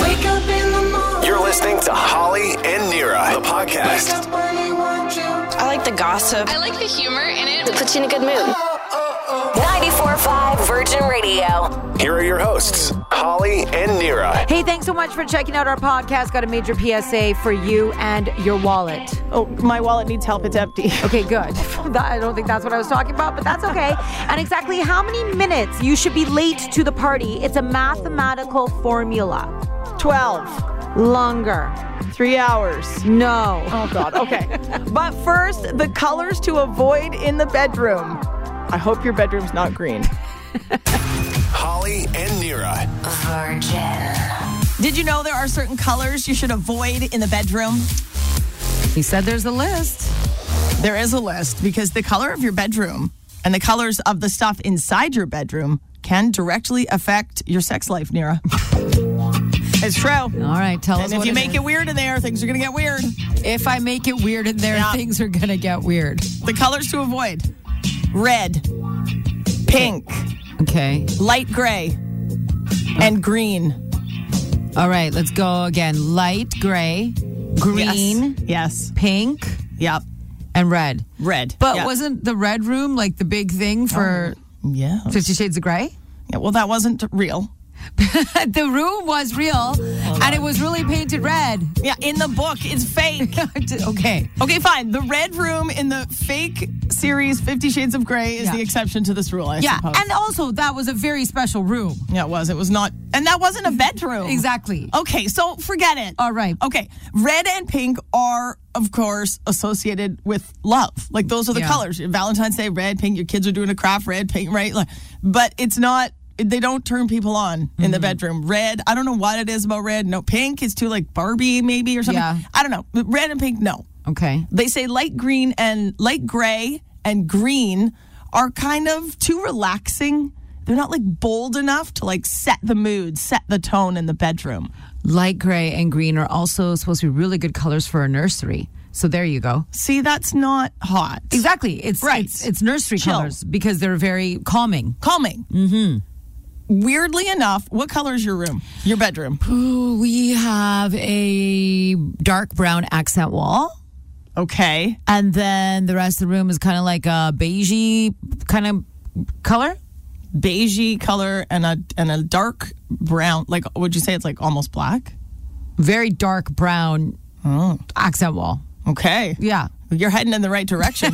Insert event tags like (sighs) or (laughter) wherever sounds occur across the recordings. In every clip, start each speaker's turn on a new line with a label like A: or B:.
A: Wake up in the morning.
B: You're listening to Holly and Nira, the
A: Wake
B: podcast.
A: up when you want you.
C: I like the gossip.
D: I like the humor in it.
E: puts you in a good mood.
F: 94.5 Virgin Radio.
B: Here are your hosts, Holly and Nira.
G: Hey, thanks so much for checking out our podcast. Got a major PSA for you and your wallet.
H: Oh, my wallet needs help. It's empty. (laughs)
G: Okay, good. (laughs) That- I don't think that's what I was talking about, but that's okay. And exactly how many minutes you should be late to the party. It's a mathematical formula.
H: 12.
G: Longer.
H: Three hours.
G: No.
H: Oh, God. (laughs) Okay. but first, the colors to avoid in the bedroom. I hope your bedroom's not green.
B: Holly and Nira.
F: Virgin.
I: Did you know there are certain colors you should avoid in the bedroom?
C: He said there's a list.
I: There is a list because the color of your bedroom and the colors of the stuff inside your bedroom can directly affect your sex life, Nira. it's true.
C: All right, tell us.
I: And if
C: what
I: you
C: it
I: make
C: is.
I: it weird in there, things are going to get weird.
C: if I make it weird in there,
I: Yeah.
C: things are gonna get weird.
I: The colors to avoid red, pink,
C: Okay.
I: light gray, and green.
C: All right, let's go again. Light gray, green,
I: Yes.
C: pink,
I: Yep.
C: and red.
I: Red.
C: But
I: Yeah. Oh.
C: wasn't the red room like the big thing for
I: Yeah.
C: Fifty Shades of Grey? (laughs)
I: yeah. Well, that wasn't real.
C: the room was real,
I: Oh,
C: and it was really painted red.
I: Yeah, in the book, it's
C: (laughs)
I: fake.
C: okay.
I: Okay, fine. The red room in the fake series Fifty Shades of Grey is
C: Yeah.
I: the exception to this rule, I
C: Yeah,
I: suppose.
C: and also that was a very special room.
I: yeah, it was. It was not. And that wasn't a bedroom.
C: Exactly.
I: Okay, so forget it.
C: All right.
I: Okay, red and pink are, of course, associated with love. Like those are the
C: Yeah.
I: colors. Valentine's Day, red, pink. Your kids are doing a craft, red, pink, right? Like, but it's not. They don't turn people on in
C: Mm-hmm.
I: the bedroom. Red. I don't know what it is about red. No, pink is too like Barbie maybe or something.
C: Yeah.
I: I don't know. But Red and pink, no.
C: Okay.
I: they say light green and light gray and green are kind of too relaxing. They're not like bold enough to like set the mood, set the tone in the bedroom.
C: Light gray and green are also supposed to be really good colors for a nursery. So there you go.
I: See, that's not hot.
C: Exactly. It's
I: Right.
C: It's, it's nursery
I: Chill.
C: colors because they're very calming.
I: Calming. Mm-hmm. Weirdly enough, what color is your room? Your bedroom.
C: We have a dark brown accent wall,
I: Okay.
C: and then the rest of the room is kind of like a beigey kind of color.
I: Beigey color and a and a dark brown. Like would you say it's like almost black?
C: Very dark brown Oh. accent wall.
I: Okay.
C: Yeah.
I: You're heading in the right direction.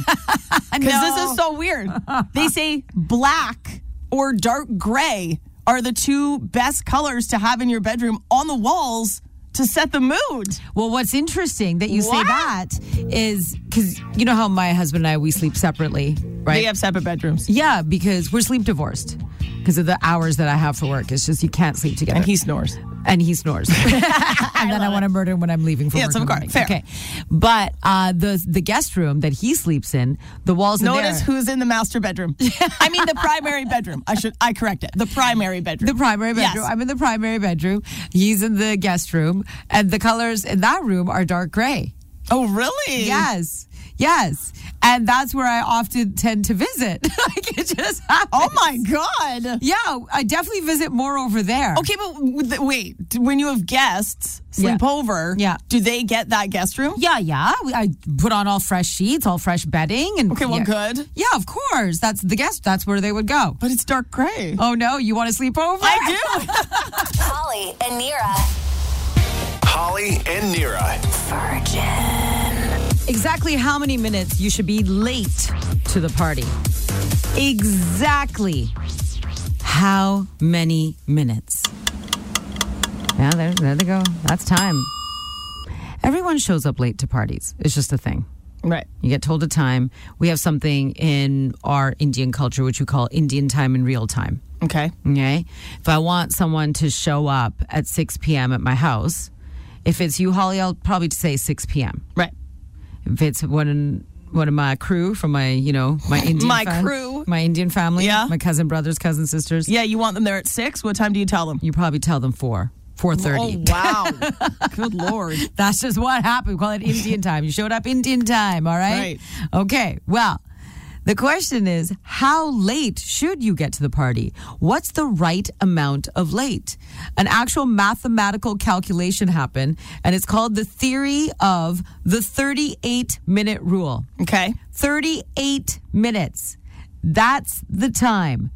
I: Because this is so weird.
C: (laughs)
I: They say black or dark gray are the two best colors to have in your bedroom on the walls to set the mood.
C: Well, what's interesting that you say
I: What?
C: that is because you know how my husband and I we sleep separately, right?
I: They have separate bedrooms.
C: Yeah, because we're sleep divorced because of the hours that I have for work. It's just you can't sleep together.
I: And he snores.
C: and he
I: (laughs)
C: snores. and then I want to murder him when I'm leaving for
I: Yes,
C: work.
I: of
C: in the
I: course.
C: morning.
I: Fair.
C: Okay, but uh, the the guest room that he sleeps in, the walls. in
I: Notice
C: there-
I: who's in the master
C: (laughs)
I: bedroom. I mean the primary bedroom. I should I correct it. The primary bedroom.
C: The primary
I: Yes.
C: bedroom. I'm in the primary bedroom. He's in the guest room, and the colors in that room are dark gray.
I: Oh really?
C: Yes, yes, and that's where I often tend to visit. (laughs) like it just happens.
I: Oh my god.
C: Yeah, I definitely visit more over there.
I: Okay, but w- th- wait. d- When you have guests sleep
C: Yeah.
I: over,
C: Yeah.
I: do they get that guest room?
C: Yeah, yeah. We, I put on all fresh sheets, all fresh bedding, and
I: Okay, well,
C: yeah.
I: good.
C: Yeah, of course. That's the guest. That's where they would go.
I: But it's dark gray.
C: Oh no, you want to sleep over?
I: I do.
F: Holly and Nira.
B: Holly and Nira.
F: Virgin.
C: (laughs) Exactly how many minutes you should be late to the party? Exactly how many minutes? Yeah, there, there they go. That's time. Everyone shows up late to parties. It's just a thing.
I: Right.
C: You get told a time. We have something in our Indian culture which we call Indian time in real time.
I: Okay.
C: Okay. If I want someone to show up at 6 p.m. at my house, if it's you, Holly, I'll probably say 6 p.m.
I: Right.
C: If it's one one of my crew from my, you know,
I: (laughs)
C: my Indian
I: My
C: fam-
I: crew.
C: my Indian family,
I: Yeah.
C: my cousin brothers, cousin sisters,
I: Yeah, you want them there at six. What time do you tell them?
C: you probably tell them four. 4.30
I: Oh, wow. (laughs) Good lord.
C: (laughs) that's just what happened we call it indian time you showed up indian time all right
I: Right.
C: okay well The question is, how late should you get to the party? What's the right amount of late? An actual mathematical calculation happened, and it's called the theory of the 38 minute rule.
I: Okay.
C: 38 minutes. That's the time.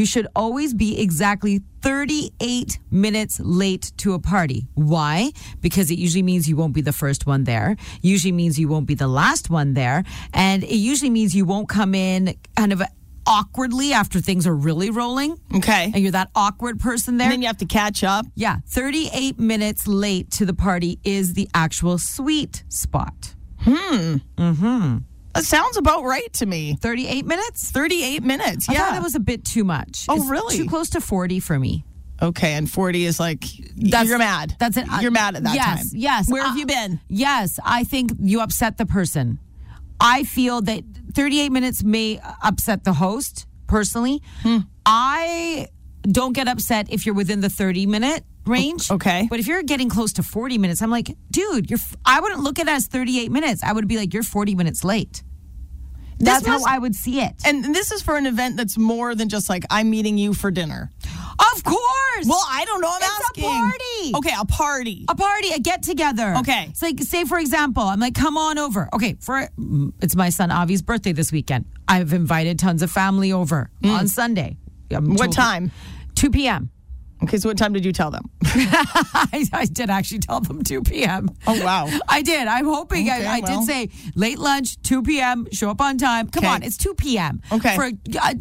C: You should always be exactly 38 minutes late to a party. Why? Because it usually means you won't be the first one there, usually means you won't be the last one there, and it usually means you won't come in kind of awkwardly after things are really rolling.
I: Okay.
C: And you're that awkward person there.
I: And then you have to catch up.
C: yeah, 38 minutes late to the party is the actual sweet spot.
I: That sounds about right to me.
C: 38 minutes?
I: 38 minutes.
C: I
I: Yeah.
C: thought it was a bit too much.
I: Oh,
C: It's
I: really?
C: Too close to 40 for me.
I: okay. And 40 is like, you're mad.
C: That's it.
I: You're mad at that
C: yes,
I: time.
C: Yes.
I: Where have
C: Uh,
I: you been?
C: Yes. I think you upset the person. I feel that 38 minutes may upset the host personally.
I: Hmm.
C: I don't get upset if you're within the 30 minute range.
I: okay.
C: But if you're getting close to 40 minutes, I'm like, dude, you're f- I wouldn't look at it as 38 minutes. I would be like, you're 40 minutes late. That's
I: must-
C: how I would see it.
I: And this is for an event that's more than just like, I'm meeting you for dinner.
C: of course.
I: Well, I don't know. I'm
C: It's a
I: asking.
C: party.
I: Okay, a party.
C: a party, a get together.
I: Okay.
C: It's like, say for example, I'm like, come on over. Okay, for mm, it's my son Avi's birthday this weekend. I've invited tons of family over on Sunday. I'm
I: Mm. What
C: told-
I: time?
C: 2 p.m.
I: Okay, so what time did you tell them?
C: (laughs) I, I did actually tell them 2 p.m.
I: Oh, wow.
C: I did. I'm hoping.
I: Okay,
C: I, I
I: well.
C: did say late lunch, 2 p.m. Show up on time. Come
I: Okay.
C: on, it's 2 p.m.
I: Okay.
C: For uh, uh,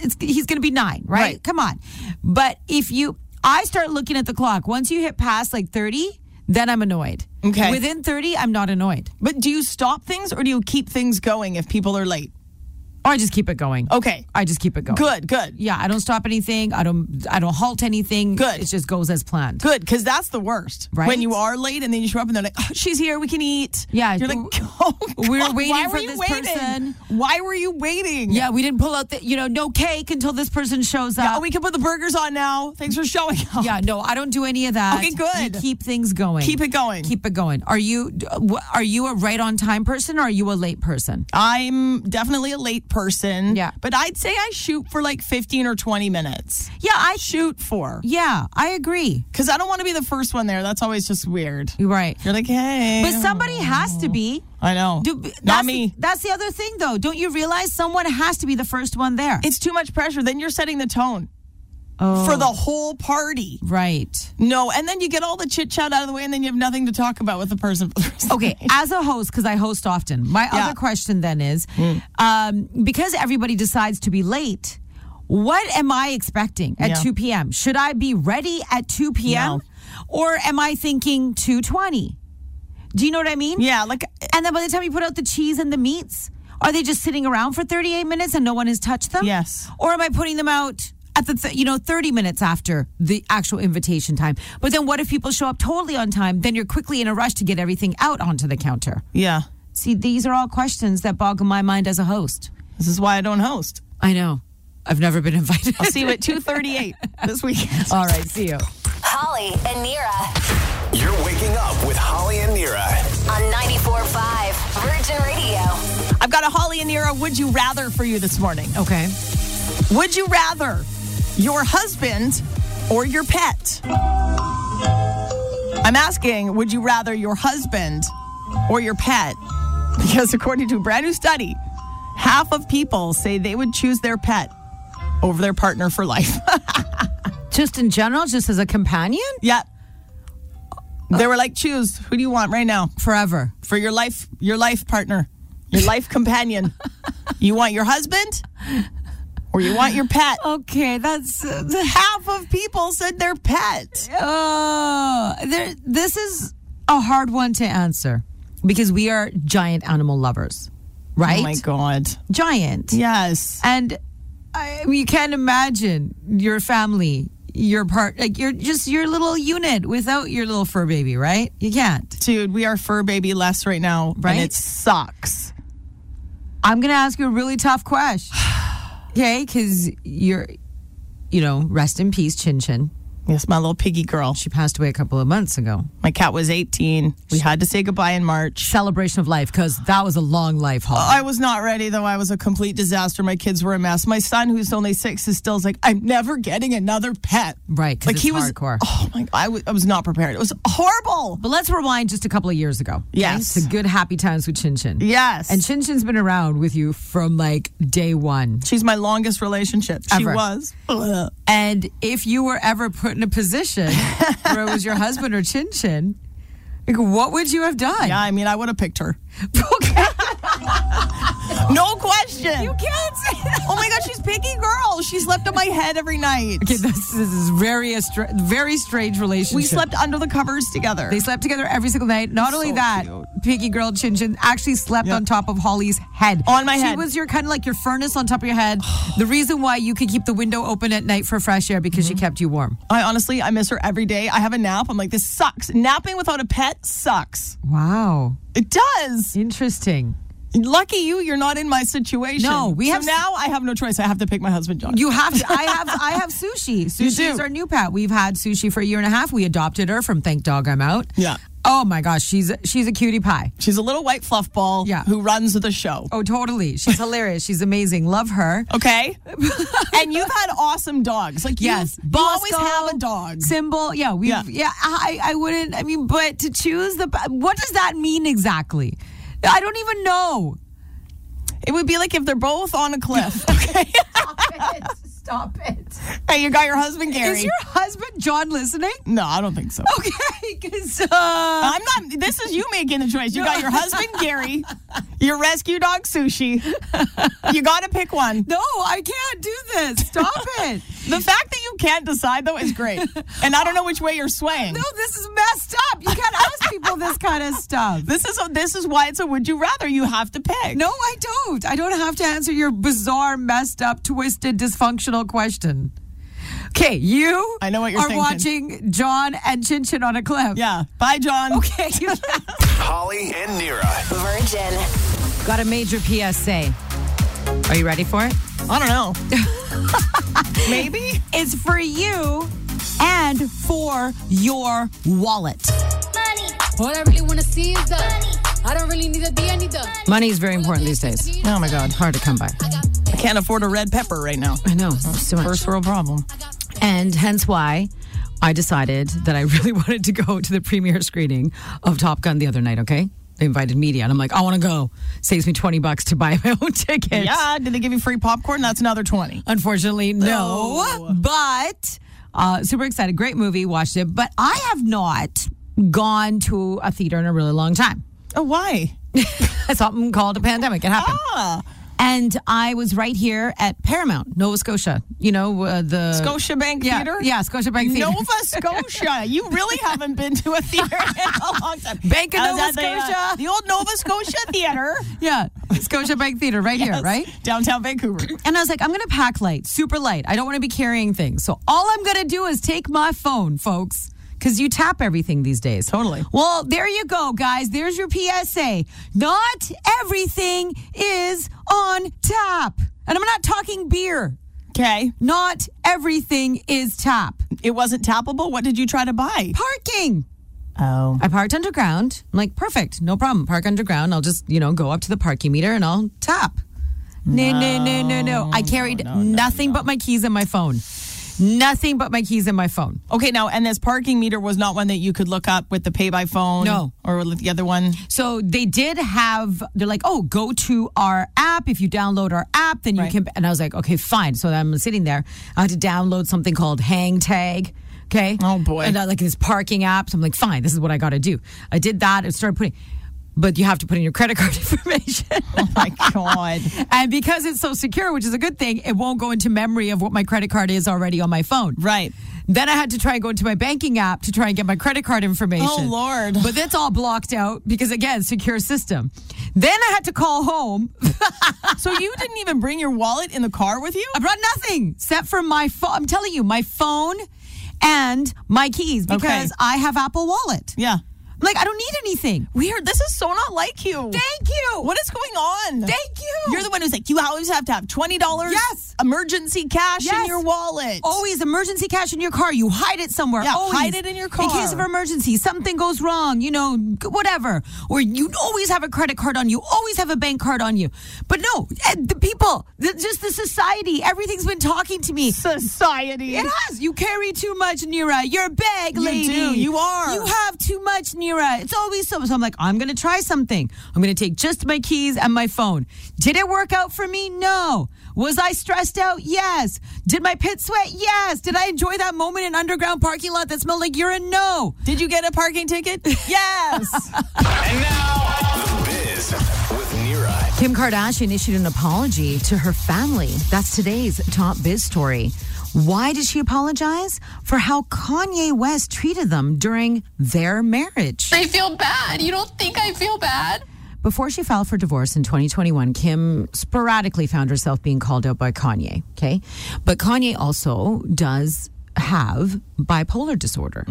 C: it's, he's going to be nine, right?
I: Right.
C: Come on. But if you, I start looking at the clock. Once you hit past like 30, then I'm annoyed.
I: Okay.
C: Within 30, I'm not annoyed.
I: (laughs) But do you stop things or do you keep things going if people are late?
C: Or I just keep it going.
I: Okay.
C: I just keep it going.
I: Oh. Good, good.
C: Yeah, I don't stop anything. I don't. I don't halt anything.
I: Good.
C: It just goes as planned.
I: Good, because that's the worst.
C: Right?
I: When you are late and then you show up and they're like, oh, she's here, we can eat.
C: Yeah,
I: You're like,
C: w-
I: (laughs) oh,
C: we were
I: God,
C: waiting
I: why
C: for
I: were you
C: this
I: waiting?
C: person."
I: Why were you waiting?
C: Yeah, we didn't pull out the. You know, no cake until this person shows up.
I: Oh, we can put the burgers on now. Oh, Thanks for showing up.
C: (laughs) Yeah, no, I don't do any of that.
I: Okay, good.
C: You keep things going.
I: Keep it going.
C: Keep it going. Are you are you a right on time person or are you a late person?
I: I'm definitely a late person.
C: Yeah.
I: But I'd say I shoot for like 15 or 20 minutes.
C: Yeah, I
I: Shoot for.
C: Yeah, I agree.
I: Because I don't want to be the first one there. That's always just weird.
C: You're right.
I: You're like, hey.
C: But somebody has to be.
I: I know.
C: Do,
I: Not
C: that's
I: me.
C: The, that's the other thing though. Don't you realize someone has to be the first one there?
I: It's too much pressure. Then you're setting the tone for
C: Oh.
I: the whole party.
C: right.
I: No, and then you get all the chit chat out of the way, and then you have nothing to talk about with the person. (laughs)
C: (laughs) Okay, as a host, because I host often, my
I: Yeah. Hmm.
C: other question then is um, because everybody decides to be late, what am I expecting at
I: Yeah.
C: 2 p.m.? Should I be ready at 2 p.m.?
I: No.
C: Or am I thinking 220? Do you know what I mean?
I: Yeah, like
C: And then by the time you put out the cheese and the meats, are they just sitting around for 38 minutes and no one has touched them?
I: Yes.
C: Or am I putting them out at the, th- you know, 30 minutes after the actual invitation time? But then what if people show up totally on time? Then you're quickly in a rush to get everything out onto the counter.
I: yeah.
C: See, these are all questions that boggle my mind as a host.
I: This is why I don't host.
C: I know. I've never been (laughs) invited.
I: I'll see you at two
C: (laughs)
I: thirty-eight this weekend. (laughs)
C: all right, see you.
F: Holly and Nira
B: You're waking up with Holly and Nira.
F: on 94.5 Virgin Radio.
I: I've got a Holly and Nira. Would you rather for you this morning?
C: Okay.
I: Would you rather your husband or your pet? I'm asking, would you rather your husband or your pet? Because according to a brand new study, half of people say they would choose their pet over their partner for life.
C: Just in general, just as a companion?
I: yep. They were like, choose who do you want right now
C: Forever.
I: for your life, your life partner, your life companion. You want your husband or you want your pet?
C: Okay, that's. uh,
I: Half of people said their pet.
C: Oh, there, this is a hard one to answer because we are giant animal lovers, right?
I: Oh my god.
C: Giant.
I: Yes.
C: And I, you can't imagine your family, your part, like you're just your little unit without your little fur baby, right? You can't.
I: Dude, we are fur baby less right now.
C: Right?
I: And it sucks.
C: I'm going to ask you a really tough
I: (sighs)
C: question. Okay, because you're, you know, rest in peace, Chin Chin.
I: Yes, my little piggy girl.
C: She passed away a couple of months ago.
I: My cat was 18. We had to say goodbye in March.
C: Celebration of life, because that was a long life haul.
I: I was not ready, though. I was a complete disaster. My kids were a mess. My son, who's only six, is still like, I'm never getting another pet.
C: Right, 'cause
I: Like
C: it's
I: he was.
C: hardcore.
I: Oh my! I was. I was not prepared. It was horrible.
C: but let's rewind just a couple of years ago. okay?
I: Yes.
C: To good happy times with Chin Chin.
I: Yes.
C: And Chin Chin's been around with you from like day one.
I: She's my longest relationship. She
C: Ever.
I: was. Ugh.
C: And if you were ever put in a position
I: (laughs)
C: where it was your husband or Chin Chin, like, what would you have done? (laughs)
I: Yeah, I mean, I would have picked her.
C: Okay.
I: No question.
C: You can't say that.
I: Oh my God, she's picky girl. She slept on my head every night.
C: (laughs) Okay, this, this is very a str- very strange relationship.
I: We slept under the covers together.
C: They slept together every single night. Not only
I: So
C: that,
I: cute.
C: Piggy Girl Chin Chin actually slept
I: Yep.
C: on top of Holly's head.
I: On my head.
C: She was your kind of like your furnace on top of your head. (sighs) the reason why you could keep the window open at night for fresh air because she kept you warm.
I: I honestly, I miss her every day. I have a nap. I'm like, this sucks. Napping without a pet sucks.
C: Wow.
I: It does.
C: Interesting.
I: Lucky you, you're not in my situation.
C: No, we
I: So
C: have-
I: now I have no choice. I have to pick my husband, John.
C: You have to. I have. I have (laughs) sushi. Sushi
I: do.
C: is our new pet. We've had sushi for a year and a half. We adopted her from Thank Dog I'm Out.
I: Yeah.
C: Oh my gosh, she's she's a cutie pie.
I: She's a little white fluff ball
C: Yeah.
I: who runs the show.
C: Oh, totally. (laughs) She's hilarious. She's amazing. Love her. (laughs)
I: Okay? and you've had awesome dogs. Like,
C: Yes,
I: you, you always
C: Bosco,
I: have a dog.
C: Symbol, yeah, we,
I: Yeah.
C: yeah. I, I wouldn't. I mean, but to choose the, what does that mean exactly? I don't even know.
I: It would be like if they're both on a (laughs) cliff. Okay.
C: (laughs) Stop it.
I: and you got your husband, Gary.
C: Is your husband John listening? (laughs)
I: no, I don't think so.
C: Okay, because uh,
I: I'm not. This is you making the choice. You got your
C: (laughs)
I: husband Gary, your rescue dog Sushi. You got to pick one.
C: no, I can't do
I: (laughs)
C: this. Stop it.
I: The fact that you can't decide though is great, and I don't know which way you're swaying.
C: No, this is messed up. You can't ask people this kind of stuff.
I: This is this is why it's a would you rather. You have to pick.
C: No, I don't. I don't have to answer your bizarre, messed up, twisted, dysfunctional question. Okay, you
I: I know what you're
C: are
I: thinking.
C: watching John and Chin Chin on a cliff.
I: Yeah. Bye, John. (laughs)
C: Okay. (laughs) you-
B: Holly and Nira.
F: Virgin.
C: Got a major PSA. Are you ready for it?
I: I don't
C: (laughs)
I: know. Maybe.
C: It's for you and for your wallet.
D: All I really wanna see is the I don't really need to be, I need the
C: Money is very important these days.
I: Oh my God.
C: Hard to come by.
I: I can't afford a red pepper right now.
C: I know. So much.
I: First world problem.
C: And hence why I decided that I (laughs) really wanted to go to the premiere screening of Top Gun the other night, okay? They invited media, and I'm like, I want to go. Saves me 20 bucks to (laughs) buy my own ticket.
I: Yeah. Did they give you free popcorn? That's another twenty.
C: Unfortunately, no.
I: No.
C: But uh, super excited. Great movie. Watched it. But I have not gone to a theater in a really long time.
I: Oh, (laughs) why?
C: Something called a pandemic. It happened.
I: Ah.
C: And I was right here at Paramount, Nova Scotia. You know, uh, the
I: Scotiabank
C: yeah,
I: Theater?
C: Yeah, Scotiabank Theater.
I: Nova Scotia. You really haven't been to a theater in a long time.
C: Bank of
I: I was
C: Nova
I: at the, uh,
C: Scotia.
I: The old Nova Scotia Theater.
C: (laughs) Yeah, Scotiabank Theater right here, right?
I: Downtown Vancouver.
C: And I was like, I'm going to pack light, super light. I don't want to be carrying things. So all I'm going to do is take my phone, folks, because you tap everything these days.
I: Totally.
C: Well, there you go, guys. There's your PSA. Not everything is on tap. And I'm not talking beer.
I: Okay.
C: Not everything is tap.
I: It wasn't tappable. What did you try to buy?
C: Parking.
I: Oh.
C: I parked underground. I'm like, perfect, no problem. Park underground. I'll just, you know, go up to the parking meter and I'll tap. No, no, no, no, no. I carried nothing but my keys and my phone. Nothing but my keys and my phone.
I: Okay, now, and this parking meter was not one that you could look up with the pay by phone?
C: No.
I: Or with the other one?
C: So they did have, they're like, oh, go to our app. If you download our app, then you
I: Right.
C: can. And I was like, okay, fine. So I'm sitting there. I had to download something called Hang Tag. Okay.
I: Oh, boy.
C: And I, like this parking app. So I'm like, fine, this is what I got to do. I did that and started putting, but you have to put in your credit (laughs) card information.
I: Oh, my God.
C: (laughs) And because it's so secure, which is a good thing, it won't go into memory of what my credit card is already on my phone.
I: Right.
C: Then I had to try and go into my banking app to try and get my credit card information.
I: Oh, Lord.
C: But that's all blocked out because, again, secure system. Then I had to call home.
I: So you didn't even bring your wallet in the car with you?
C: I brought nothing except for my phone. I'm telling you, my phone and my keys because
I: Okay.
C: I have Apple Wallet.
I: Yeah.
C: Like, I don't need anything.
I: Weird. This is so not like you.
C: Thank you.
I: What is going on?
C: Thank you.
I: You're the one who's like, you always have to have $20
C: Yes.
I: emergency cash in
C: Yes. Oh,
I: your wallet.
C: Always emergency cash in your car. You hide it somewhere.
I: Yeah,
C: always.
I: hide it in your car.
C: In case of emergency, something goes wrong, you know, whatever. Or you always have a credit card on you, always have a bank card on you. But no, eh, the people, the, just the society, everything's been talking to me.
I: Society.
C: It has. You carry too much, Nira. You're a bag
I: You
C: lady.
I: do. You are.
C: You have too much, Nira. It's always so. So I'm like, I'm going to try something. I'm going to take just my keys and my phone. Did it work out for me? No. Was I stressed out? Yes. Did my pit sweat? Yes. Did I enjoy that moment in underground parking lot that smelled like urine? No.
I: Did you get a parking
C: (laughs)
I: ticket? yes.
B: And now, The Biz with Nira.
C: Kim Kardashian issued an apology to her family. That's today's top biz story. Why did she apologize? For how Kanye West treated them during their marriage.
D: I feel bad. You don't think I feel bad?
C: Before she filed for divorce in 2021, Kim sporadically found herself being called out by Kanye. Okay. But Kanye also does have bipolar disorder.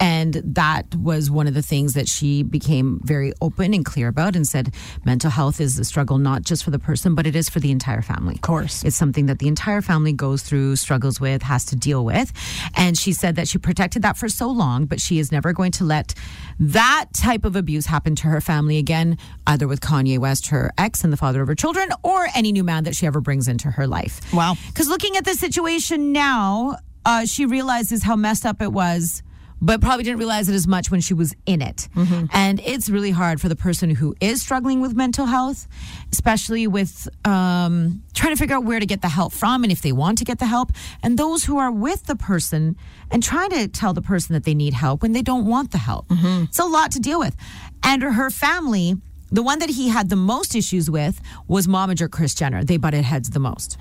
C: And that was one of the things that she became very open and clear about and said mental health is a struggle not just for the person, but it is for the entire family. Of
I: course.
C: It's something that the entire family goes through, struggles with, has to deal with. And she said that she protected that for so long, but she is never going to let that type of abuse happen to her family again, either with Kanye West, her ex, and the father of her children, or any new man that she ever brings into her life.
I: Wow.
C: Because looking at the situation now, uh, she realizes how messed up it was, but probably didn't realize it as much when she was in it. And it's really hard for the person who is struggling with mental health, especially with um, trying to figure out where to get the help from and if they want to get the help. And those who are with the person and trying to tell the person that they need help when they don't want the help. It's a lot to deal with. And her family the one that he had the most issues with was momager Chris Jenner. They butted heads the most.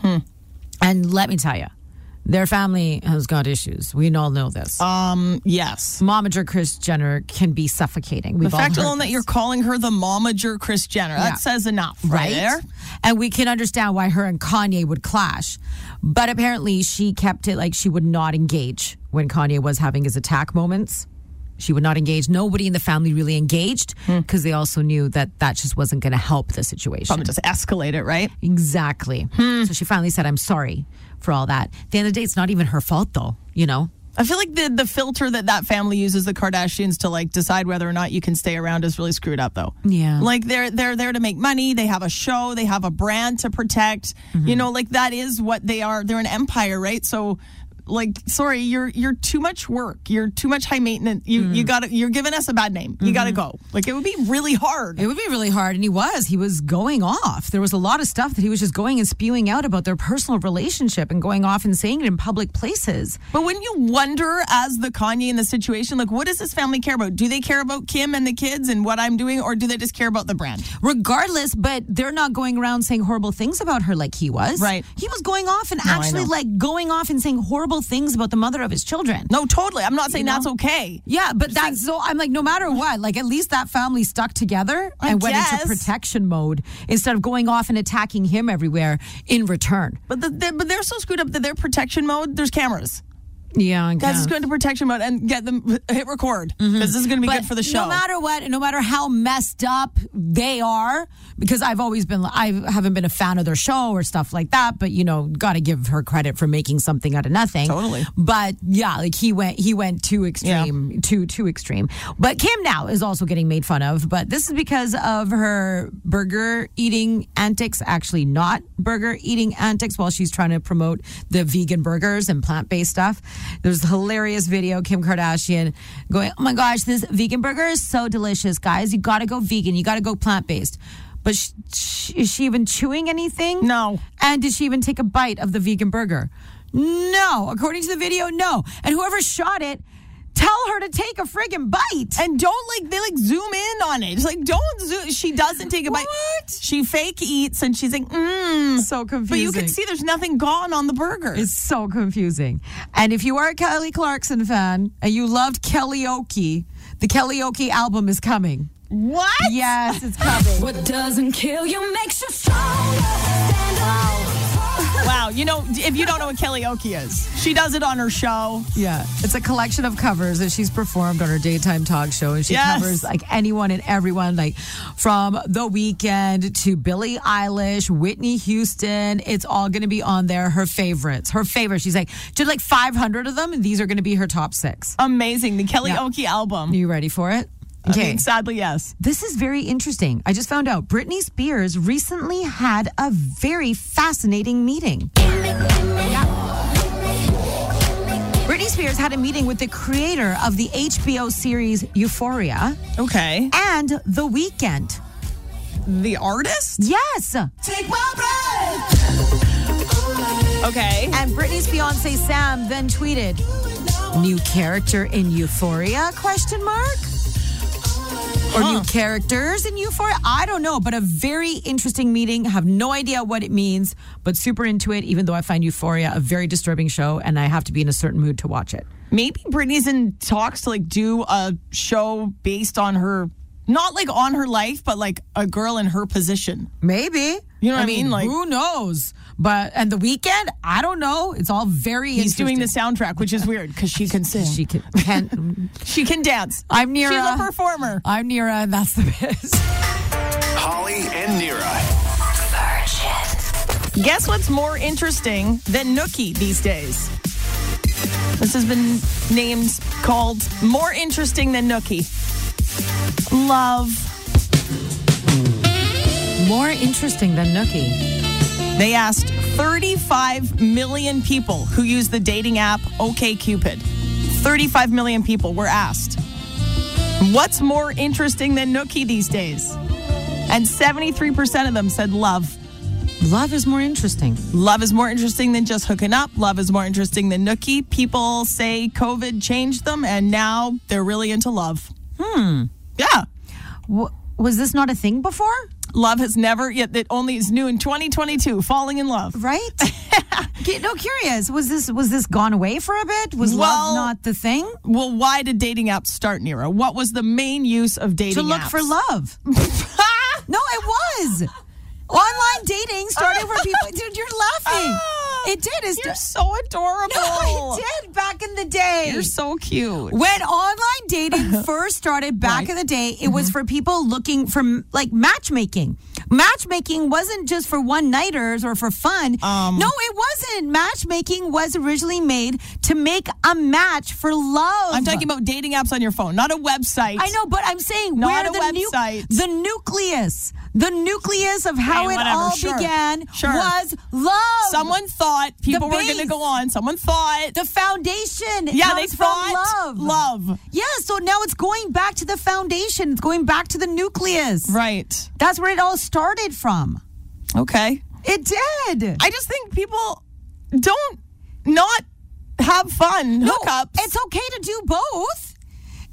C: And let me tell you, their family has got issues. We all know this.
I: Um, yes.
C: momager Chris Jenner can be suffocating. We've
I: The fact
C: all heard
I: alone that
C: this.
I: you're calling her the momager Chris Jenner,
C: Yeah.
I: that says enough right, there.
C: And we can understand why her and Kanye would clash. But apparently, she kept it like she would not engage when Kanye was having his attack moments. She would not engage. Nobody in the family really engaged
I: Hmm.
C: because they also knew that that just wasn't going to help the situation.
I: Probably Hmm. just escalate it, right?
C: Exactly. So she finally said, I'm sorry for all that. At the end of the day, it's not even her fault, though, you know?
I: I feel like the, the filter that that family uses, the Kardashians, to like decide whether or not you can stay around is really screwed up, though.
C: Yeah.
I: Like they're they're there to make money. They have a show. They have a brand to protect. You know, like that is what they are. They're an empire, right? So, like, sorry, you're you're too much work. You're too much high maintenance. You you got to you're giving us a bad name. You got to go. Like it would be really hard.
C: It would be really hard. And he was. He was going off. There was a lot of stuff that he was just going and spewing out about their personal relationship and going off and saying it in public places.
I: But wouldn't you wonder, as the Kanye in the situation, like, what does this family care about? Do they care about Kim and the kids and what I'm doing, or do they just care about the brand?
C: Regardless, but they're not going around saying horrible things about her like he was.
I: Right.
C: He was going off and
I: I
C: actually
I: know.
C: like going off and saying horrible things about the mother of his children.
I: No, totally. I'm not saying
C: know?
I: that's okay.
C: Yeah, but that's so. I'm like, no matter what, like at least that family stuck together
I: I
C: and went
I: guess.
C: into protection mode instead of going off and attacking him everywhere in return.
I: But the, the, but they're so screwed up that their protection mode. There's cameras.
C: Yeah, I
I: Guys, just go into protection mode and get them hit record because this is going to be good for the show.
C: No matter what, and no matter how messed up they are, because I've always been, I haven't been a fan of their show or stuff like that. But you know, got to give her credit for making something out of nothing.
I: Totally.
C: But yeah, like he went, he went too extreme, too too extreme. But Kim now is also getting made fun of. But this is because of her burger eating antics. Actually, not burger eating antics. While she's trying to promote the vegan burgers and plant based stuff, there's a hilarious video Kim Kardashian going, "Oh my gosh, this vegan burger is so delicious, guys! You got to go vegan. You got to go plant based." But sh sh is she even chewing anything?
I: No.
C: And did she even take a bite of the vegan burger? No. According to the video, no. And whoever shot it, tell her to take a friggin' bite.
I: and don't like they like zoom in on it. It's like don't zoom. She doesn't take a bite.
C: What?
I: She fake eats and she's like, mmm.
C: so confusing.
I: But you can see there's nothing gone on the burger.
C: It's (laughs) so confusing. And if you are a Kelly Clarkson fan and you loved Kelly Oki, the Kelly Oki album is coming.
I: what?
C: Yes, it's coming.
F: What doesn't kill you makes you stronger. Stand up.
I: Wow. You know, if you don't know what karaoke is, she does it on her show.
C: Yeah, it's a collection of covers that she's performed on her daytime talk show, and she
I: Yes.
C: covers like anyone and everyone, like from The Weeknd to Billie Eilish, Whitney Houston. It's all going to be on there. Her favorites, her favorites. She's like did like 500 of them, and these are going to be her top six.
I: Amazing. The karaoke album.
C: Are you ready for it?
I: I mean, sadly, yes.
C: This is very interesting. I just found out Britney Spears recently had a very fascinating meeting. Britney Spears had a meeting with the creator of the HBO series Euphoria
I: Okay.
C: and The Weeknd.
I: The artist?
C: Yes.
I: Okay.
C: And Britney's fiance Sam then tweeted, "New character in Euphoria?" question mark. Or new characters in Euphoria? I don't know, but a very interesting meeting. Have no idea what it means, but super into it. Even though I find Euphoria a very disturbing show, and I have to be in a certain mood to watch it.
I: Maybe Britney's in talks to like do a show based on her, not like on her life, but like a girl in her position.
C: Maybe
I: You know what I mean? Like-
C: who knows? But and the weekend, I don't know. It's all very.
I: He's doing the
C: interesting.
I: soundtrack, which is weird because she can sing.
C: She can.
I: (laughs)
C: can
I: She can dance.
C: I'm Nira.
I: She's a performer.
C: I'm Nira, and that's the best.
B: Holly and Nira.
I: Guess what's more interesting than Nookie these days? This has been named called More Interesting Than Nookie. Love.
C: More interesting than Nookie.
I: They asked 35 million people who use the dating app OKCupid. 35 million people were asked, What's more interesting than Nookie these days? And 73% of them said love.
C: Love is more interesting.
I: Love is more interesting than just hooking up. Love is more interesting than nookie. People say COVID changed them, and now they're really into love. Hmm. Yeah.
C: W- was this not a thing before?
I: Love has never yet. It only is new in 2022. Falling in love.
C: (laughs) Right? Get- no, curious. Was this was this gone away for a bit? Was
I: Well-
C: love not the thing?
I: Well, why did dating apps start, Nero? What was the main use of dating?
C: To look for
I: apps?
C: (laughs) love. no, it was. Online dating started for (laughs) people. Dude, you're laughing. It did. It's
I: Ah! You're so adorable.
C: no, it did back in the day.
I: You're so cute.
C: When
I: (laughs)
C: online dating first started back in the day, it
I: Mm-hmm.
C: was for people looking for like matchmaking. Matchmaking wasn't just for one nighters or for fun.
I: Um,
C: no, it wasn't. Matchmaking was originally made to make a match for love.
I: I'm talking about dating apps on your phone, not a website.
C: I know, but I'm saying
I: Not
C: where
I: a
C: the nu-
I: website.
C: the nucleus, the nucleus of how
I: Okay,
C: it
I: whatever,
C: all
I: sure,
C: began
I: sure.
C: was love.
I: Someone thought people were going to
C: base.
I: go on. Someone thought.
C: the foundation.
I: yeah, they
C: comes from
I: thought
C: love.
I: Love.
C: Yeah, so now it's going back to the foundation. It's going back to the nucleus.
I: Right.
C: That's where it all started from.
I: Okay.
C: It did.
I: I just think people don't not have fun
C: No,
I: hookups.
C: It's okay to do both.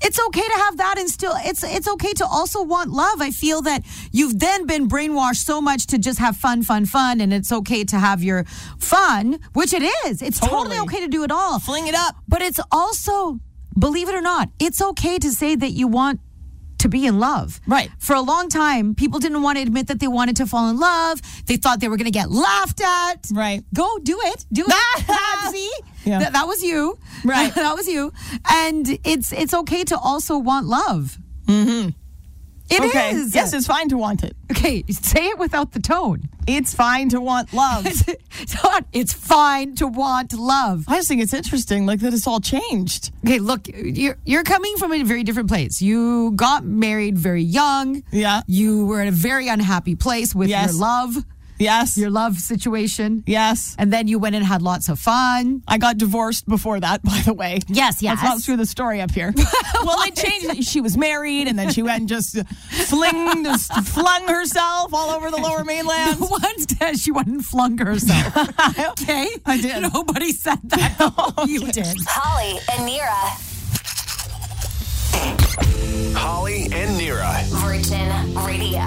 C: It's okay to have that and still it's it's okay to also want love. I feel that you've then been brainwashed so much to just have fun, fun, fun, and it's okay to have your fun, which it is. It's totally,
I: Totally.
C: okay to do it all.
I: Fling it up.
C: But it's also, believe it or not, it's okay to say that you want to be in love.
I: Right.
C: For a long time, people didn't want to admit that they wanted to fall in love. They thought they were going to get laughed at.
I: Right.
C: Go do it. Do
I: (laughs)
C: it. See?
I: Yeah.
C: Th- that was you.
I: Right.
C: (laughs) that was you. And it's it's okay to also want love. Mm-hmm. It is.
I: okay. Yes, it's fine to want it.
C: okay. Say it without the tone.
I: It's fine to want love.
C: (laughs) it's not. It's fine to want love.
I: I just think it's interesting, like that it's all changed.
C: Okay, look, you're you're coming from a very different place. You got married very young.
I: Yeah.
C: You were in a very unhappy place with
I: Yes.
C: your love,
I: Yes.
C: your love situation.
I: yes.
C: And then you went and had lots of fun.
I: I got divorced before that, (laughs) by the way.
C: Yes,
I: Let's not screw the story up here. (laughs) well, it changed.
C: (laughs)
I: She was married, and then she went and just fling, just flung herself all over the Lower Mainland. (laughs)
C: Once (laughs) did she went and flung herself. okay.
I: I did.
C: Nobody said
I: (laughs)
C: that. You did.
F: Holly and Nira.
B: Holly and Nira.
F: Virgin Radio.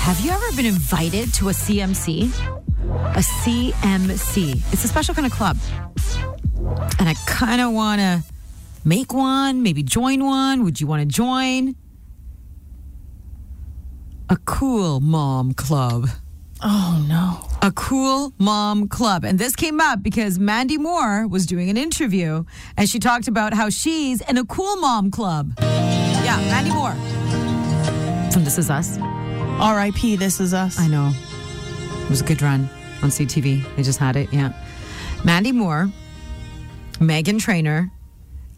C: Have you ever been invited to a CMC? A CMC. It's a special kind of club. And I kind of want to make one, maybe join one. Would you want to join? A cool mom club.
I: Oh no.
C: a cool mom club. And this came up because Mandy Moore was doing an interview and she talked about how she's in a cool mom club. Yeah, Mandy Moore. From This Is Us.
I: R.I.P. This is us.
C: I know. It was a good run on CTV. They just had it, yeah. Mandy Moore, Megan Trainer,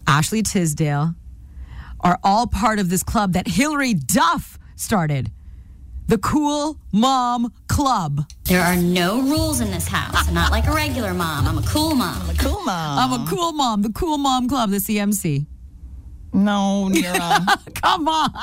C: Ashley Tisdale are all part of this club that Hillary Duff started. The Cool Mom Club.
E: There are no rules in this house. I'm not like a regular mom. I'm a cool mom.
I: Cool mom.
C: I'm a cool mom, the Cool Mom Club, the CMC.
I: No, Nira.
C: (laughs) Come on.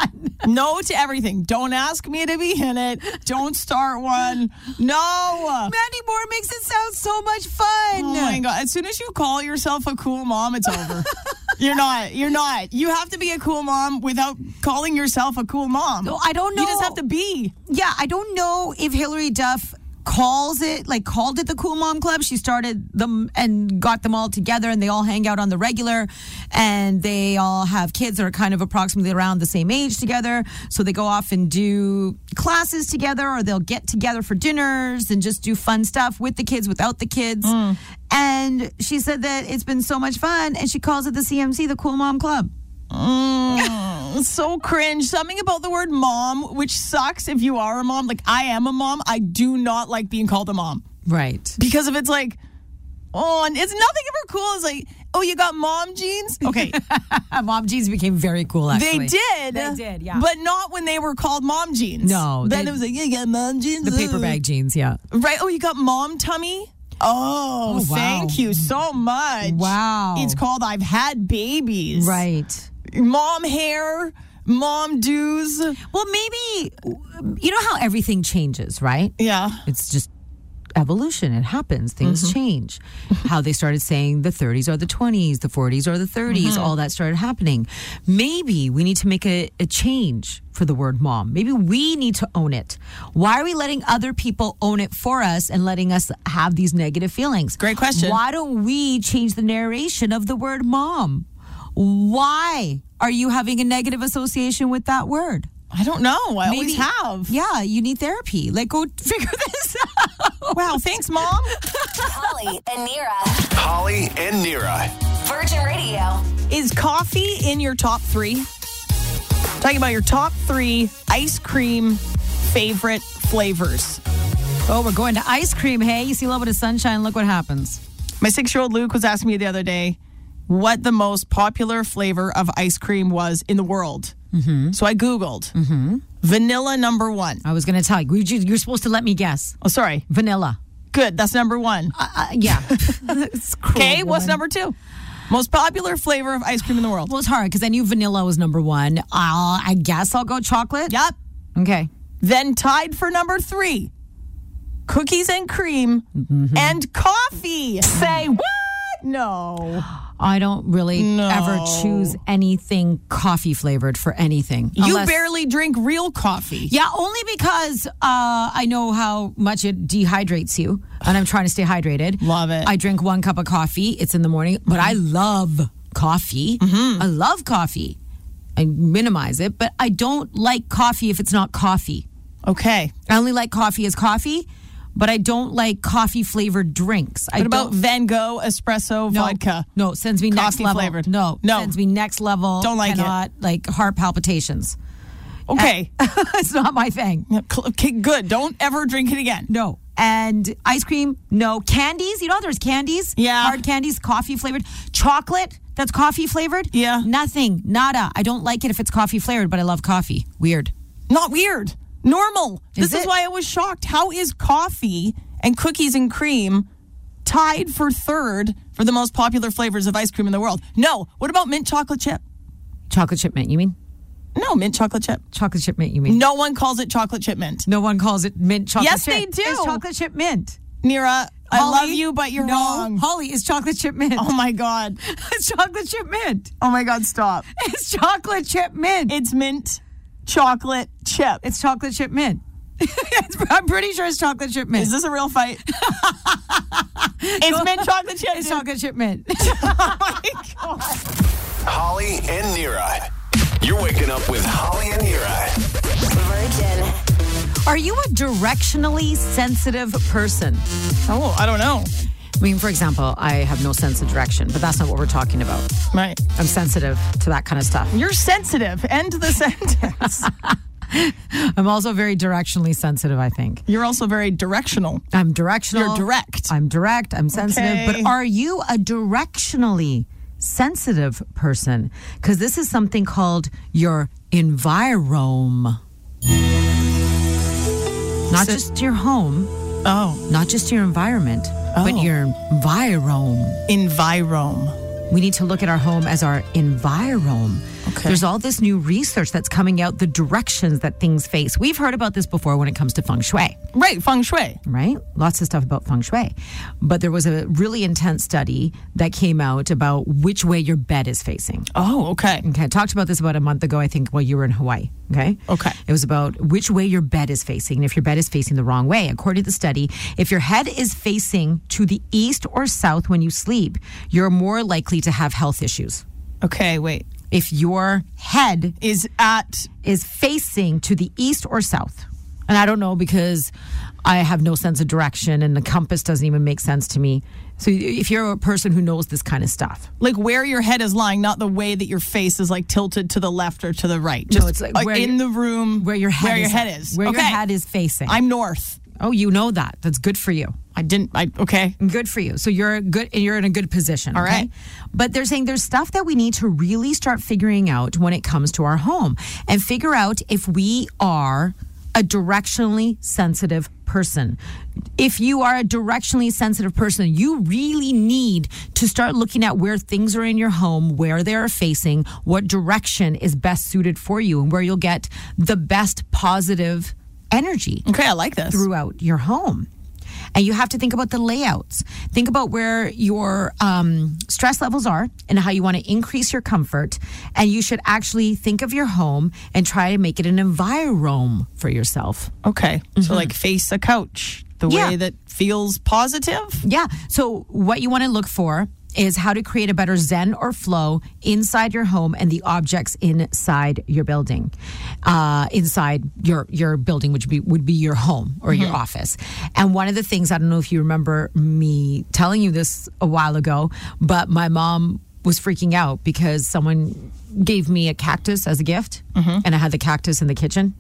I: no to everything. Don't ask me to be in it. Don't start one. No.
C: Mandy Moore makes it sound so much fun.
I: Oh my god! As soon as you call yourself a cool mom, it's over. (laughs) you're not. You're not. You have to be a cool mom without calling yourself a cool mom.
C: No, I don't
I: You just
C: know.
I: have to be.
C: Yeah, I don't know if Hillary Duff calls it like called it the Cool Mom Club. She started them and got them all together, and they all hang out on the regular, and they all have kids that are kind of approximately around the same age together. So they go off and do classes together, or they'll get together for dinners and just do fun stuff with the kids, without the kids.
I: Mm.
C: And she said that it's been so much fun, and she calls it the CMC, the Cool Mom Club.
I: so cringe. Something about the word mom, which sucks if you are a mom. Like I am a mom. I do not like being called a mom
C: Right.
I: because if it's like, oh, and it's nothing ever cool. It's like, oh, you got mom jeans. Okay,
C: (laughs) Mom jeans became very cool. Actually,
I: (laughs) they did.
C: They did, yeah.
I: But not when they were called mom jeans.
C: No,
I: Then
C: they-
I: it was like, yeah, you got mom jeans.
C: The paper bag jeans, yeah.
I: Right. Oh, you got mom tummy. Oh,
C: Oh, wow.
I: thank you so much.
C: Wow.
I: It's called I've had babies.
C: Right.
I: Mom hair, mom dues.
C: Well, maybe you know how everything changes, right?
I: Yeah.
C: It's just evolution. It happens. Things
I: Mm-hmm.
C: change. how they started saying the 30s are the 20s, the 40s are the 30s,
I: Mm-hmm.
C: all that started happening. Maybe we need to make a, a change for the word mom. Maybe we need to own it. Why are we letting other people own it for us and letting us have these negative feelings?
I: Great question.
C: Why don't we change the narration of the word mom? Why are you having a negative association with that word?
I: I don't know. I always
C: Maybe-
I: have.
C: Yeah, you need therapy. Like, go (laughs) figure this out.
I: Wow. Thanks, mom.
F: Holly and Nira.
B: Holly and Nira.
F: Virgin Radio.
I: Is coffee in your top three? Talking about your top three ice cream favorite flavors.
C: Oh, we're going to ice cream. Hey, you see a little bit of sunshine. Look what happens.
I: My six year old Luke was asking me the other day what the most popular flavor of ice cream was in the world. Mm-hmm. So I Googled
C: Mm-hmm.
I: vanilla number one.
C: I was going to tell you. you. You're supposed to let me guess.
I: Oh, sorry.
C: Vanilla.
I: Good. That's number one.
C: Uh, yeah. (laughs) it's cruel.
I: (laughs) Okay. What's
C: woman.
I: number two? Most popular flavor of ice cream in the world.
C: Well, it's hard because I knew vanilla was number one. Uh, I guess I'll go chocolate.
I: Yep.
C: Okay.
I: Then tied for number three cookies and cream
C: Mm-hmm.
I: and coffee. Say what? No.
C: I don't really ever choose anything coffee flavored for anything.
I: you
C: Unless-
I: barely drink real coffee.
C: Yeah, only because uh, I know how much it dehydrates you, and I'm trying to stay hydrated.
I: Love it. Mm-hmm.
C: I drink one cup of coffee. It's in the morning, but I love coffee. I love coffee. I minimize it, but I don't like coffee if it's not coffee.
I: Okay.
C: I only like coffee as coffee, but I don't like coffee flavored drinks. I
I: What about
C: don't-
I: Van Gogh espresso
C: no,
I: vodka?
C: No, sends me next
I: Coffee
C: level.
I: flavored.
C: No,
I: No.
C: sends me next level.
I: Don't like it.
C: Cannot, Like heart palpitations. (laughs)
I: Okay.
C: it's not my thing.
I: Cl- okay, good. Don't ever drink it again.
C: No. And ice cream, no. Candies, you know, there's candies.
I: Yeah.
C: Hard candies, coffee flavored. Chocolate that's coffee flavored.
I: Yeah.
C: Nothing, nada. I don't like it if it's coffee flavored, but I love coffee. Weird.
I: Not weird. Normal.
C: Is
I: this is
C: it?
I: why I was shocked. How is coffee and cookies and cream tied for third for the most popular flavors of ice cream in the world? No. What about mint chocolate chip?
C: Chocolate chip mint, you mean?
I: No, mint chocolate chip.
C: Chocolate chip mint, you mean?
I: No one calls it chocolate chip mint.
C: No one calls it mint chocolate
I: Yes,
C: chip.
I: they do.
C: It's chocolate chip mint.
I: Nira, I
C: Holly?
I: love you, but you're
C: no,
I: wrong.
C: Holly is chocolate chip mint.
I: Oh my God.
C: (laughs)
I: (laughs)
C: it's chocolate chip mint.
I: Oh my God, stop.
C: It's chocolate chip
I: (laughs)
C: mint.
I: It's mint chocolate chip. (laughs)
C: it's chocolate chip mint. (laughs) It's- I'm pretty sure it's chocolate chip mint.
I: Is this a real fight? (laughs) it's mint chocolate chip.
C: it's
I: dude.
C: chocolate chip mint.
B: Holly and Nira. You're waking up with Holly and Nira.
F: Virgin.
C: All Are you a directionally sensitive person?
I: Oh, I don't know.
C: I mean, for example, I have no sense of direction, but that's not what we're talking about.
I: Right.
C: I'm sensitive to that kind of stuff.
I: You're sensitive. End the (laughs) sentence. Mm.
C: I'm also very directionally sensitive, I think.
I: You're also very directional.
C: I'm directional.
I: You're direct.
C: I'm direct. I'm sensitive.
I: Okay.
C: But are you a directionally sensitive person? Because this is something called your envirome. Not
I: So-
C: just your home,
I: Oh,
C: not just your environment, but
I: Oh.
C: your envirome.
I: envirome.
C: We need to look at our home as our envirome.
I: Okay.
C: There's all this new research that's coming out, the directions that things face. We've heard about this before when it comes to feng shui
I: Right, feng shui.
C: right? Lots of stuff about feng shui. But there was a really intense study that came out about which way your bed is facing.
I: Oh, okay.
C: Okay, I talked about this about a month ago, I think, while you were in Hawaii. Okay.
I: Okay.
C: It was about which way your bed is facing and if your bed is facing the wrong way. According to the study, if your head is facing to the east or south when you sleep, you're more likely to have health issues.
I: Okay, wait.
C: If your head
I: Is at
C: is facing to the east or south. And I don't know because I have no sense of direction and the compass doesn't even make sense to me. So if you're a person who knows this kind of stuff,
I: like where your head is lying, not the way that your face is like tilted to the left or to the right. Just
C: it's like
I: like
C: where
I: in the
C: your-
I: room
C: where your head
I: where
C: is
I: your
C: at.
I: head is.
C: Where your
I: Okay.
C: head is facing.
I: I'm north.
C: oh, you know that. That's good for you.
I: I didn't. I okay.
C: Good for you. So you're good and you're in a good position.
I: All
C: okay?
I: right.
C: But they're saying there's stuff that we need to really start figuring out when it comes to our home and figure out if we are a directionally sensitive person. If you are a directionally sensitive person, you really need to start looking at where things are in your home, where they are facing, what direction is best suited for you, and where you'll get the best positive energy
I: Okay, I like this.
C: throughout your home. And you have to think about the layouts. Think about where your um, stress levels are and how you want to increase your comfort. And you should actually think of your home and try to make it an envirome for yourself.
I: Okay. So like face a couch the
C: Mm-hmm. Yeah.
I: way that feels positive.
C: Yeah. So, what you want to look for is how to create a better zen or flow inside your home and the objects inside your building, uh, inside your your building, which be, would be your home or your office. And one of the things I don't know if you remember me telling you this a while ago, but my mom was freaking out because someone gave me a cactus as a gift, and I had the cactus in the kitchen.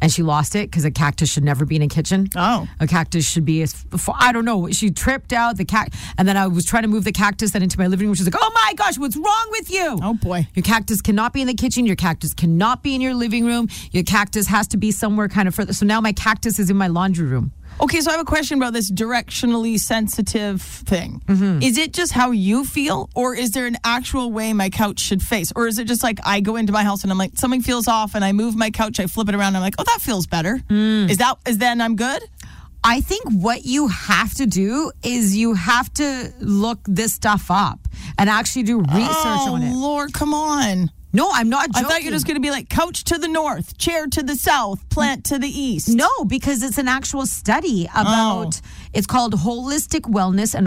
C: And she lost it because a cactus should never be in a kitchen.
I: Oh.
C: A cactus should be, as- I don't know. She tripped out the cat, and then I was trying to move the cactus then into my living room. She's like, "Oh my gosh, what's wrong with you?
I: Oh, boy.
C: your cactus cannot be in the kitchen. Your cactus cannot be in your living room. Your cactus has to be somewhere kind of further." So now my cactus is in my laundry room.
I: Okay, so I have a question about this directionally sensitive thing.
C: Mm-hmm.
I: Is it just how you feel, or is there an actual way my couch should face? Or is it just like I go into my house and I'm like, something feels off, and I move my couch, I flip it around, and I'm like, oh, that feels better.
C: Mm.
I: Is that, is then I'm good?
C: I think what you have to do is you have to look this stuff up and actually do research
I: oh,
C: on it.
I: Lord, come on.
C: No, I'm not
I: I
C: joking.
I: thought you were just going to be like, couch to the north, chair to the south, plant to the east.
C: No, because it's an actual study about.
I: Oh.
C: It's called holistic wellness and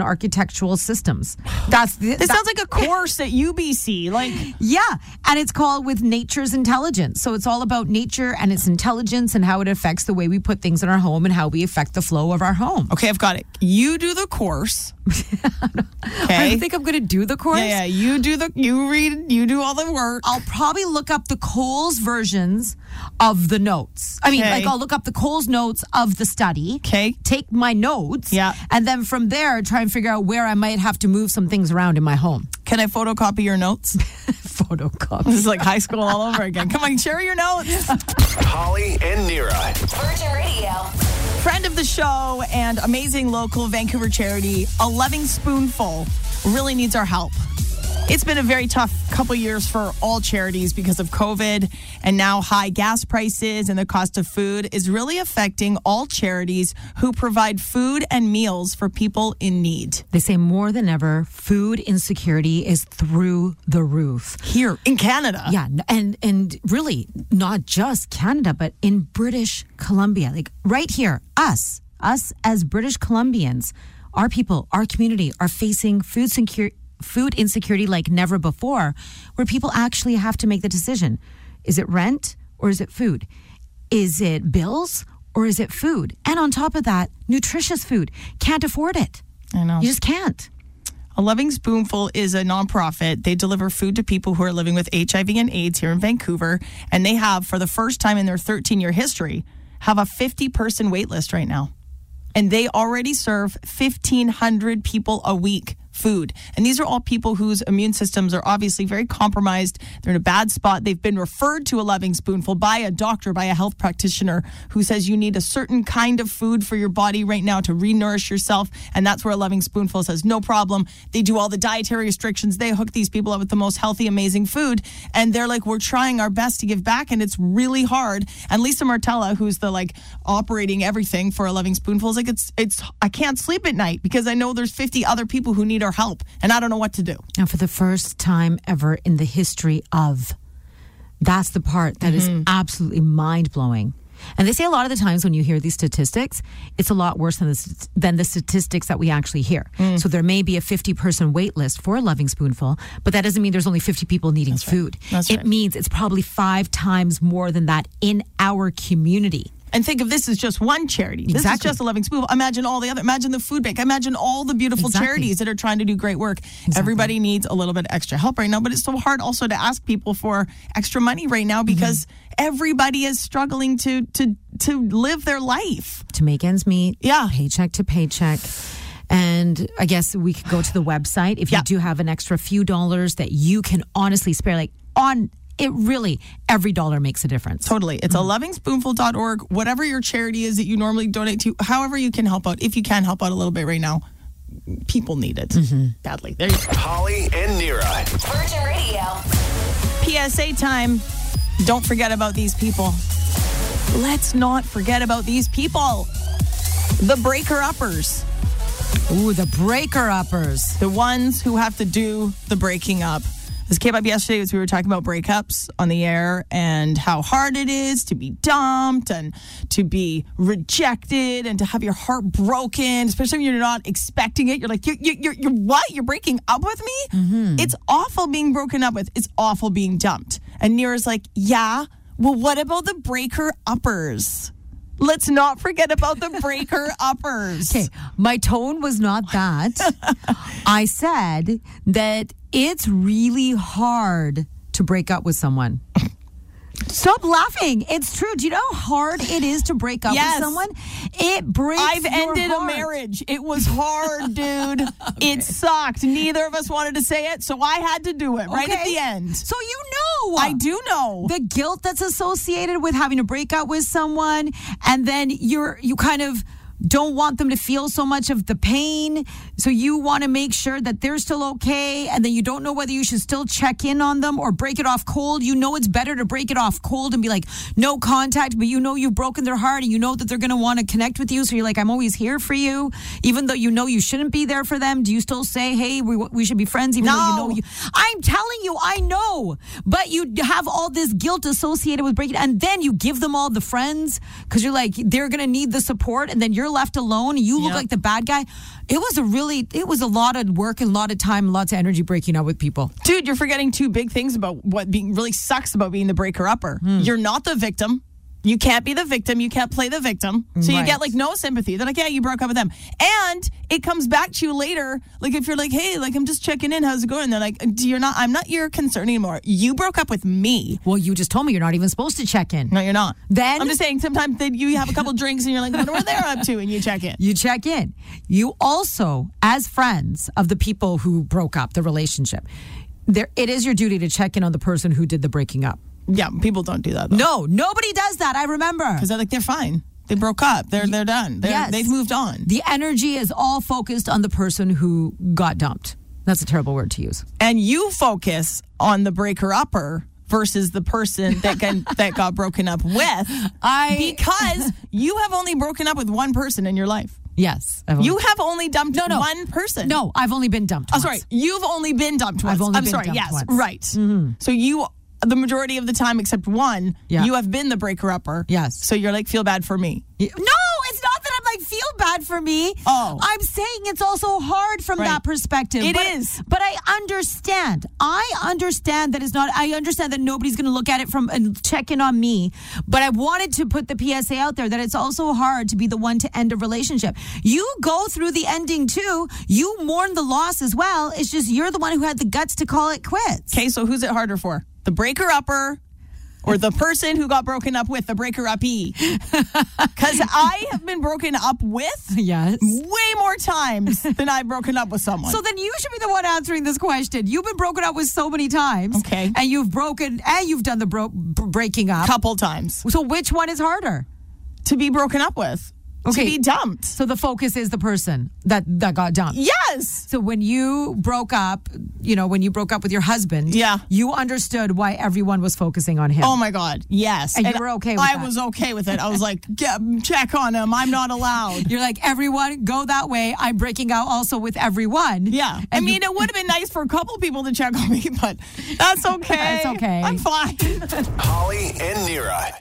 I: (gasps)
C: architectural systems. That's the,
I: This sounds
C: (laughs)
I: like a course at UBC. Like,
C: yeah, and it's called with nature's intelligence. So it's all about nature and its intelligence and how it affects the way we put things in our home and how we affect the flow of our home.
I: okay, I've got it. You do the
C: (laughs)
I: course. okay.
C: I think I'm going to do the course.
I: Yeah, yeah, you do the you read you do all the work.
C: I'll probably look up the Coles versions of the notes. I mean,
I: Okay.
C: like I'll look up the Coles notes of the study.
I: Okay.
C: Take my notes.
I: Yeah.
C: And then from there, try and figure out where I might have to move some things around in my home.
I: Can I photocopy your notes? (laughs)
C: (laughs) Photocopy.
I: This is like high school all over again. Come on, share your notes.
B: Holly and Nira.
F: Virgin Radio.
I: Friend of the show and amazing local Vancouver charity, A Loving Spoonful, really needs our help. It's been a very tough couple years for all charities because of COVID and now high gas prices and the cost of food is really affecting all charities who provide food and meals for people in need.
C: They say more than ever, food insecurity is through the roof.
I: Here in Canada.
C: Yeah, n- and and really not just Canada, but in British Columbia, like right here, us, us as British Columbians, our people, our community are facing food secure food insecurity like never before, where people actually have to make the decision: is it rent or is it food? Is it bills or is it food? And on top of that, nutritious food. Can't afford it.
I: I know.
C: You just can't.
I: A Loving Spoonful is a nonprofit. They deliver food to people who are living with HIV and AIDS here in Vancouver, and they have, for the first time in their 13 year history, have a 50 person wait list right now. And they already serve 1,500 people a week food. And these are all people whose immune systems are obviously very compromised. They're in a bad spot. They've been referred to a loving spoonful by a doctor, by a health practitioner who says you need a certain kind of food for your body right now to re-nourish yourself. And that's where a loving spoonful says, no problem. They do all the dietary restrictions. They hook these people up with the most healthy, amazing food. And they're like, we're trying our best to give back. And it's really hard. And Lisa Martella, who's the like operating everything for a loving spoonful, is like, it's, it's, I can't sleep at night because I know there's 50 other people who need our help and I don't know what to do.
C: Now, for the first time ever in the history of, that's the part that is
I: Mm-hmm.
C: absolutely mind blowing. And they say a lot of the times when you hear these statistics, it's a lot worse than the, st- than the statistics that we actually hear.
I: Mm.
C: So there may be a 50 person wait list for a loving spoonful, but that doesn't mean there's only 50 people needing food.
I: That's
C: it
I: right.
C: means it's probably five times more than that in our community.
I: And think of this as just one charity. This is
C: Exactly.
I: just a loving spoonful. Imagine all the other. Imagine the food bank. Imagine all the beautiful
C: Exactly.
I: charities that are trying to do great work. Everybody needs a little bit extra help right now, but it's so hard also to ask people for extra money right now
C: Mm-hmm.
I: because everybody is struggling to to to live their life.
C: to make ends meet.
I: Yeah.
C: Paycheck to paycheck. And I guess we could go to the website if you
I: Yeah.
C: do have an extra few dollars that you can honestly spare. Like, on it really, every dollar makes a difference.
I: Totally. It's
C: Mm-hmm.
I: a lovingspoonful.org. Whatever your charity is that you normally donate to, however you can help out. If you can help out a little bit right now, people need it
C: Mm-hmm.
I: badly. There you go.
B: Holly and Nira.
F: Virgin Radio.
I: PSA time. Don't forget about these people. Let's not forget about these people. The breaker uppers,
C: Ooh, the breaker uppers.
I: the ones who have to do the breaking up. This came up yesterday as we were talking about breakups on the air and how hard it is to be dumped and to be rejected and to have your heart broken, especially when you're not expecting it. You're like, you're, you're, you're, you're what? You're breaking up with me? It's awful being broken up with. It's awful being dumped. And Nira's like, yeah, well, what about the breaker uppers? Let's not forget about the breaker uppers.
C: Okay, my tone was
I: (laughs)
C: not that. I said that it's really hard to break up with someone. Stop laughing. It's true. Do you know how hard it is to break up
I: Yes.
C: with someone? It breaks
I: I've
C: your
I: ended a
C: heart.
I: marriage. It was
C: (laughs)
I: hard, dude. It sucked. Neither of us wanted to say it, so I had to do it right at
C: Okay.
I: the end.
C: So you know.
I: I do know.
C: the guilt that's associated with having to break up with someone and then you're you kind of don't want them to feel so much of the pain so you want to make sure that they're still okay and then you don't know whether you should still check in on them or break it off cold you know it's better to break it off cold and be like no contact but you know you've broken their heart and you know that they're going to want to connect with you so you're like i'm always here for you even though you know you shouldn't be there for them do you still say hey we, we should be friends even though you know
I: No.
C: you I'm telling you, I know. But you have all this guilt associated with breaking, and then you give them all the friends because you're like they're gonna need the support, and then you're left alone. You look
I: Yep.
C: like the bad guy. It was a really, it was a lot of work and a lot of time, lots of energy breaking up with people.
I: Dude, you're forgetting two big things about what being really sucks about being the breaker upper.
C: Hmm.
I: You're not the victim. You can't be the victim. You can't play the victim. So you
C: Right.
I: get like no sympathy. They're like, yeah, you broke up with them. And it comes back to you later. Like if you're like, hey, like I'm just checking in. How's it going? They're like, "Do you're not, I'm not your concern anymore. You broke up with me.
C: Well, you just told me you're not even supposed to check in.
I: No, you're not.
C: Then-
I: I'm just saying sometimes that you have a couple drinks and you're like, wonder what they're up to, and you check in.
C: You check in. You also, as friends of the people who broke up the relationship, there it is your duty to check in on the person who did the breaking up.
I: (laughs) Yeah, people don't do that. Though.
C: No, nobody does that. I remember.
I: because they're like they're fine. They broke up. They're they're done. They're,
C: Yes.
I: They've moved on.
C: The energy is all focused on the person who got dumped. That's a terrible word to use.
I: And you focus on the breaker upper versus the person that can, that got (laughs) broken up with.
C: I-
I: (laughs) because you have only broken up with one person in your life.
C: Yes.
I: You have only dumped
C: no.
I: one person.
C: No, I've only been dumped.
I: Oh,
C: once.
I: sorry. You've only been dumped once.
C: I've only
I: am
C: been
I: sorry.
C: dumped
I: yes,
C: once. Mm-hmm.
I: right. So you, the majority of the time, except one,
C: Yeah.
I: you have been the breaker upper.
C: Yes.
I: So you're like, feel bad for me.
C: No, it's not that I'm like feel bad for me.
I: Oh.
C: I'm saying it's also hard from
I: Right.
C: that perspective.
I: It
C: It is,
I: is.
C: but, But I understand. I understand that it's not. I understand that nobody's going to look at it from and check in on me. But I wanted to put the PSA out there that it's also hard to be the one to end a relationship. You go through the ending too. You mourn the loss as well. It's just you're the one who had the guts to call it quits.
I: Okay, so who's it harder for? The breaker upper or the person who got broken up with, the breaker
C: (laughs)
I: uppy? Because I have been broken up with
C: Yes.
I: way more
C: (laughs)
I: times than I've broken up with someone.
C: So then you should be the one answering this question. You've been broken up with so many times.
I: Okay.
C: And you've broken, and you've done the bro- b- breaking up.
I: couple times
C: So which one is harder?
I: to be broken up with,
C: Okay.
I: to be dumped.
C: So the focus is the person that, that got dumped.
I: Yes.
C: So when you broke up, you know, when you broke up with your husband,
I: Yeah.
C: you understood why everyone was focusing on him.
I: Oh my God. Yes.
C: And you were okay with
I: I
C: that.
I: was okay with it. I was like, "Get- check on him. I'm not allowed.
C: You're like, everyone, go that way. I'm breaking out also with everyone.
I: Yeah. I
C: And you-
I: mean, it would have been nice for a couple people
C: (laughs)
I: to check on me, but that's okay.
C: That's okay.
I: I'm fine.
B: Holly and Nira.